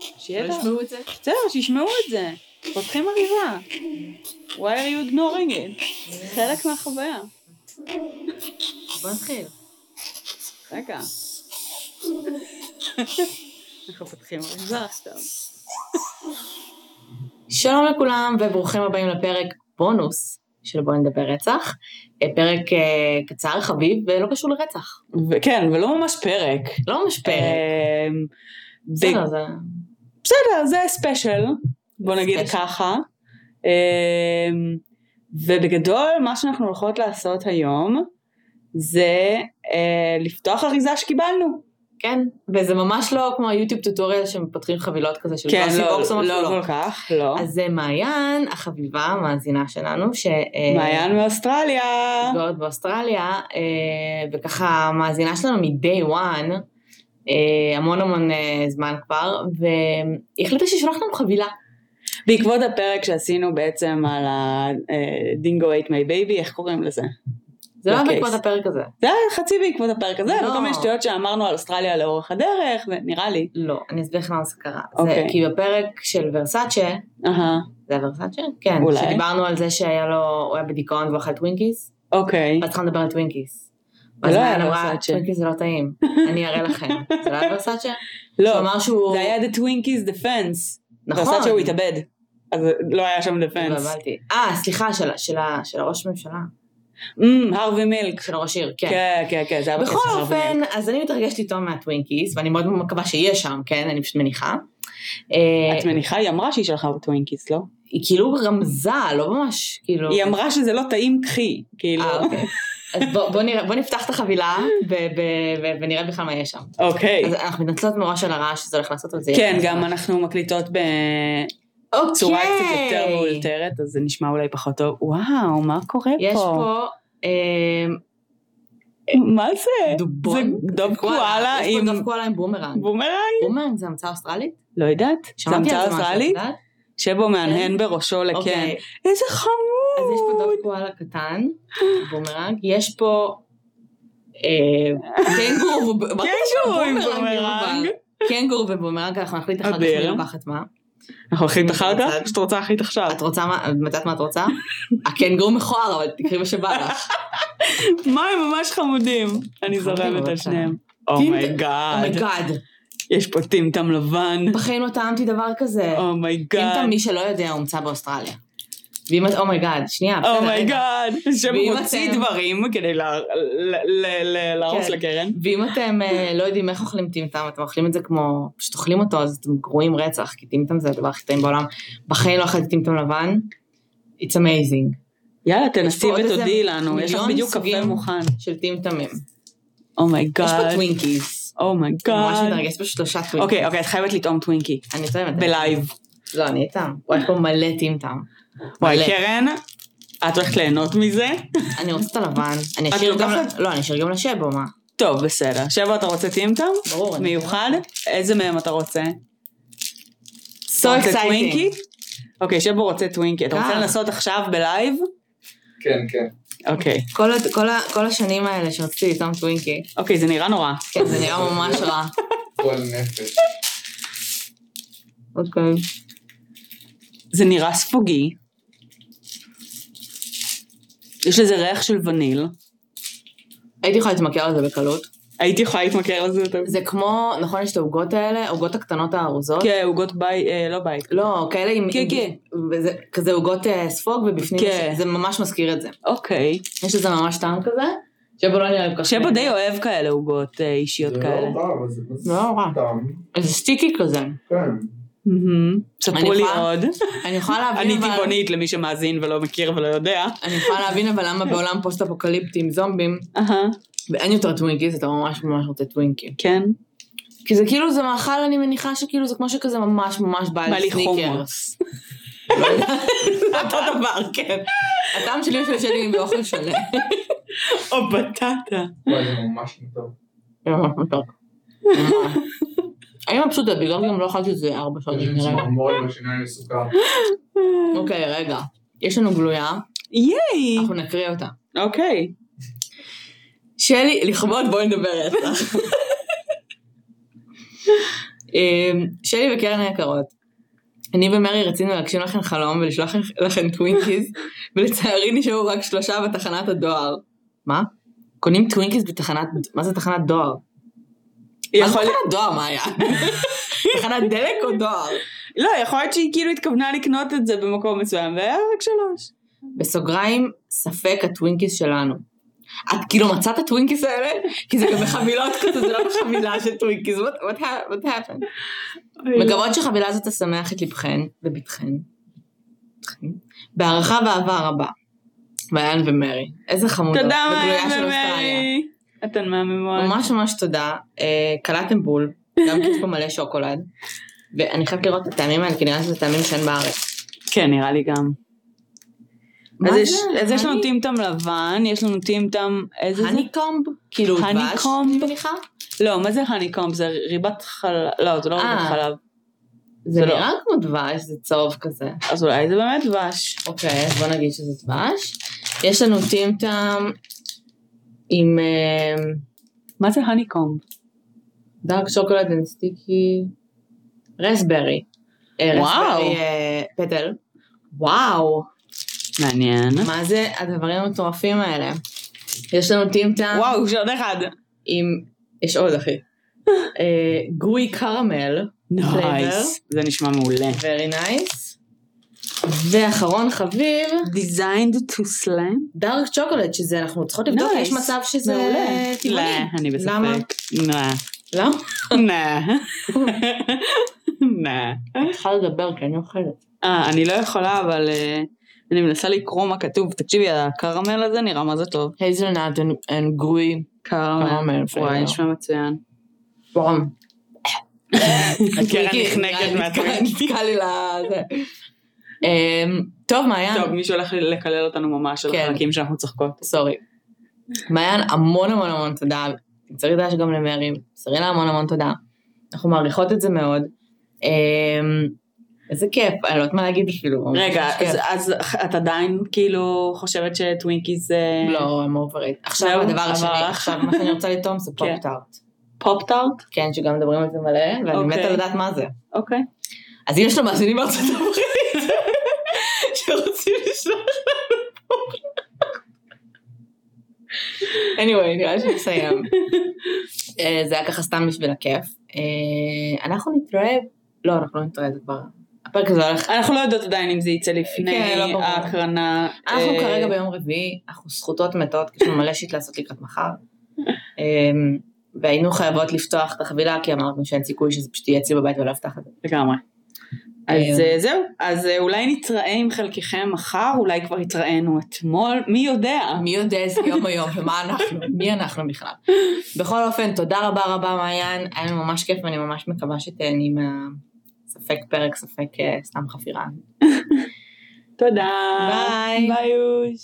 שיהיה לא לה... ישמעו את זה? בסדר, שישמעו את זה. פותחים מריבה. Why are you ignoring it? זה חלק מהחוויה. בוא נתחיל. רגע. אנחנו פותחים מריבה עכשיו. שלום לכולם וברוכים הבאים לפרק בונוס של בואי נדבר רצח. אה, פרק אה, קצר, חביב, ולא קשור לרצח. כן, ולא ממש פרק. לא ממש פרק. אמ, זה- בסדר, זה... לא- בסדר, זה ספיישל. בוא נגיד ספיישל. ככה. אמ, ובגדול, מה שאנחנו הולכות לעשות היום, זה אה, לפתוח אריזה שקיבלנו. כן, וזה ממש לא כמו היוטיוב טוטוריאל שמפתחים חבילות כזה של כן, גוסי לא, בוקס או משהו לא לא. כל כך, לא. אז זה מעיין, החביבה, המאזינה שלנו, ש... אה, לא. מעיין מאוסטרליה. גאות באוסטרליה, אה, וככה המאזינה שלנו מ-day one, אה, המון המון אה, זמן כבר, והיא החליטה שהיא שולחת לנו חבילה. בעקבות הפרק שעשינו בעצם על אה, הדינגו 8 מי בייבי, איך קוראים לזה? זה לא היה אוקיי. בעקבות הפרק הזה. זה היה חצי בעקבות הפרק הזה, לא. וכל מיני שטויות שאמרנו על אוסטרליה לאורך הדרך, ונראה לי. לא, אני אסביר לך למה זה קרה. זה אוקיי. כי בפרק של ורסאצ'ה, אהה, זה היה ורסאצ'ה? כן. אולי. שדיברנו על זה שהיה לו, הוא היה בדיכאון והוא אכל טווינקיס, אוקיי. ואז התחלנו לדבר על טווינקיס. זה ואז לא היה מעיין אמרה, ורסאצ'ה. טווינקיס זה לא טעים, אני אראה לכם. זה לא היה ורסאצ'ה? לא, הוא אמר שהוא... זה היה The Twinkies Defense. נכון. ועשה שהוא התאבד. אז לא היה שם דפנס. התבלבלתי. אה, סליחה, של- של ה- של הראש ממשלה. הרווי מילק. של ראש עיר, כן. Mm, כן, כן, כן, זה היה בקטע בכל של הרווי אופן, מילק. אז אני מתרגשת איתו מהטווינקיס, ואני מאוד מקווה שיהיה שם, כן? אני פשוט מניחה. אה, את מניחה? היא אמרה שהיא שלחה בטווינקיס, לא? היא כאילו רמזה, לא ממש, כאילו... היא אמרה שזה לא טעים, קחי. כאילו. אה, אוקיי. אז בוא- בוא נראה- בוא נפתח את החבילה ב- ב- ב- ונראה בכלל מה יש שם. אוקיי. אז אנחנו מתנצלות מראש על הרעש שזה הולך לעשות את זה. כן, גם אנחנו מקליטות בצורה אוקיי. קצת יותר מאולתרת, אז זה נשמע אולי פחות טוב. וואו, מה קורה פה? יש פה אה, מה זה? דובון. זה דוב קואלה יש פה עם דף קואלה עם בומרנג. בומרנג? בומרנג זה המצאה אוסטרלית? לא יודעת. זה שמעתי על המצאה זה משהו, את אוסטרלית? כן. יודעת? שבו מהנהן בראשו לכן. אוקיי. איזה אז יש פה חמוד. דף קואלה קטן, בומרנג, יש פה אה, קנגורו וב- מה קשור קנגורו כן, עם בומרנג, בומרנג. אבל? קנגורו ובומרנג, אנחנו נחליט אחר כך אדיר. מי לוקחת מה. אנחנו נחליט אחר כך? בצד. שאת רוצה להחליט עכשיו. את רוצה מה, את יודעת מה את רוצה? הקנגורו מכוער, אבל תקראי מה שבא לך. מה הם ממש חמודים. אני חמודים, זורמת על אבל שניהם. טים- אומייגאד. אומייגאד, יש פה טימטם לבן. Oh בחיים לא טעמתי דבר Oh כזה. אומייגאד. אם מי שלא יודע, הומצא באוסטרליה. ואם את, אומייגאד, שנייה, Oh בסדר, רגע. אומייגאד, ואם שמוציא אתם- דברים כדי לה- ל- ל- ל- להרוס כן. לקרן. ואם אתם אה, לא יודעים איך אוכלים טמטם, אתם אוכלים את זה כמו, פשוט אוכלים אותו, אז אתם גרועים רצח, כי טמטם זה הדבר הכי טעים בעולם. בחיים לא אכלתי טמטם לבן, it's amazing, יאללה, תנסי תנסי ותודיעי ותודיעי לנו, יש לך בדיוק קפה מוכן. Oh של טמטמים. יש פה אומייגאד, טווינקיס. אני ממש אומייגאד. מתרגשת בשלושה טווינקיס. Oh אוקיי, אוקיי, את חייבת לטעום טווינקי, אני תואמת. בלייב. לא, אני איתם. וואי, יש פה מלא טמטם. וואי, מלא. קרן, את הולכת ליהנות מזה? אני רוצה את הלבן. אני את אשאיר גם... לוקחת? לא, אני אשאיר גם לשבו, מה? טוב, בסדר. שבע, אתה רוצה טימטם? ברור. אני- מיוחד? איזה מהם אתה רוצה? So אתה רוצה exciting. טווינקי? אוקיי, שבו רוצה טווינקי. אתה רוצה אה. לנסות עכשיו בלייב? כן, כן. אוקיי. כל ה- כל ה- כל השנים האלה שרציתי לטעום טווינקי. אוקיי, זה נראה נורא. כן, זה נראה ממש רע. גועל נפש. אוקיי. זה נראה ספוגי. יש לזה ריח של וניל. הייתי יכולה להתמכר לזה בקלות. הייתי יכולה להתמכר לזה יותר. זה כמו, נכון, יש את העוגות האלה, העוגות הקטנות הארוזות? כן, עוגות בית, אה, לא בית. לא, כאלה עם... כן, עם- כן. וזה כזה עוגות אה, ספוג ובפנים, כן. יש- זה ממש מזכיר את זה. אוהב. יש לזה ממש טעם כזה. שבו לא נראה לי כל כך... שבו אוקיי. די אוהב כאלה עוגות אה, אישיות זה כאלה. לא רע, אבל זה לא רע. סתם. זה סטיקי כזה. כן. מהמם. ספרו אני לי יכולה- עוד. אני יכולה להבין, אני אבל- טבעונית למי שמאזין ולא מכיר ולא יודע. אני יכולה להבין אבל למה בעולם פוסט-אפוקליפטי עם זומבים, אהה, ואין יותר טווינקיז, אתה ממש ממש רוצה טווינקי. כן. כי זה כאילו, זה מאכל, אני מניחה שכאילו, זה כמו שכזה ממש ממש בא כן. בא לי לי סניקר. חומוס. אותו דבר, כן. הטעם שלי ושל שלי עם באוכל שלם. או בטטה. וואי, זה ממש לא טוב. זה ממש מתוק. אני מבסוטה, בגלל גם לא אכלתי את זה ארבע שעות. יש לי נראה לי. צמרמורת בשיניים מסוכר. אוקיי, רגע. יש לנו גלויה, ייי! אנחנו נקריא אותה. אוקיי. שלי, לכבוד בואי נדבר רצח. אמ, שלי וקרן היקרות, אני ומרי רצינו להגשים לכם חלום ולשלוח לכם טווינקיז, ולצערי נשארו רק שלושה בתחנת הדואר. מה? קונים טווינקיז בתחנת, מה זה תחנת דואר? מה זה יכול... תחנת דואר, מה היה? תחנת דלק או דואר? לא, יכול להיות שהיא כאילו התכוונה לקנות את זה במקום מסוים, והיה רק שלוש. בסוגריים, ספק הטווינקיס שלנו. את כאילו מצאת את הטווינקיס האלה? כי זה גם בחבילות כזה, זה לא בחבילה של טווינקיס. What, what, hap- what happened? מקוות שחבילה זאת תשמח את לבכן ובתכן. בתכן. בהערכה ואהבה רבה. מעיין ומרי. איזה חמודות. תודה בגלויה מעיין של אוסטרליה. ומרי. אתן מהממות. ממש ממש תודה. אה, קלעתם בול, גם כי יש פה מלא שוקולד. ואני חייבת לראות את הטעמים האלה, כי נראה שזה טעמים שאין בארץ. כן, נראה לי גם. אז מה יש- זה? אז יש לנו אני- טימטם לבן, יש לנו טימטם... איזה זה? הניקומב? כאילו דבש? Honeycomb? אני מניחה? לא, מה זה הניקום? זה ריבת חלב. לא, זה לא אה. ריבת חלב. זה זה לא. נראה כמו דבש, זה צהוב כזה. אז אולי זה באמת דבש. אוקיי, אז בוא נגיד שזה דבש. יש לנו טימטם עם אה, מה זה הניקום? דארק שוקולד אנד סטיקי רסברי. אה, וואו. רסברי אה, פטל. וואו, מעניין. מה זה הדברים המטורפים האלה? יש לנו טימטם וואו, יש עוד אחד. עם... יש עוד, אחי. אה, גוי קרמל. נייס. זה נשמע מעולה. Very nice. ואחרון חביב, Designed to slam? דארק צ'וקולד, שזה אנחנו צריכות לבדוק, Nice. יש מצב שזה מעולה. טבעוני. לא, אני למה? בספק. לא. לא? לא. לא. צריכה לדבר כי אני אוכלת. אה, אני לא יכולה, אבל אה, אני מנסה לקרוא מה כתוב. תקשיבי, הקרמל הזה נראה מה זה טוב. הייזלנאט and גרוי. קרמל, קרמל. וואי, אוקיי. בסדר. נשמע מצוין. וואם. קרן כן, נחנקת מהטוויק. נתקע לי לזה. אמ, טוב, מעיין. טוב, מישהו הולך לקלל אותנו ממש על כן. החלקים שאנחנו צוחקות. סורי. מעיין, המון המון המון תודה. צריך לדעת שגם למרי, סרינה המון המון תודה. אנחנו מעריכות את זה מאוד. אמ, איזה כיף, אני לא יודעת מה להגיד אפילו. רגע, ממש כן. כיף. אז- אז את עדיין כאילו חושבת אה, שטווינקי זה לא, הם אוברית. עכשיו זהו, הדבר עבר. השני, עכשיו מה שאני רוצה לטעום זה כן. פופ-טארט. פופ-טארט? כן, שגם מדברים על זה מלא, ואני אוקיי. מתה לדעת מה זה. אוקיי. אז אם יש לנו מאזינים בארצות הברית שרוצים לשלוח לנו פה. anyway, נראה לי שנסיים. אה, זה היה ככה סתם בשביל הכיף. אה, אנחנו נתראה, לא, אנחנו לא נתראה, זה כבר... הפרק הזה הולך... אנחנו לא יודעות עדיין אם זה יצא לפני כן, לא ברור. ההקרנה. אנחנו אה, כרגע ביום רביעי, אנחנו סחוטות מתות, כי יש לנו מלא שיט לעשות לקראת מחר. אמ, והיינו חייבות לפתוח את החבילה, כי אמרנו שאין סיכוי שזה פשוט יהיה אצלי בבית ולא אפתח את זה. לגמרי. אז אה, אה, זהו, אז אה, אולי נתראה עם חלקכם מחר, אולי כבר התראינו אתמול, מי יודע? מי יודע איזה יום היום ומה אנחנו, מי אנחנו בכלל. בכל אופן, תודה רבה רבה מעיין, היה לנו ממש כיף ואני ממש מקווה שתהני מה... ספק פרק, ספק אה, סתם חפירה. תודה. ביי. ביי אוש.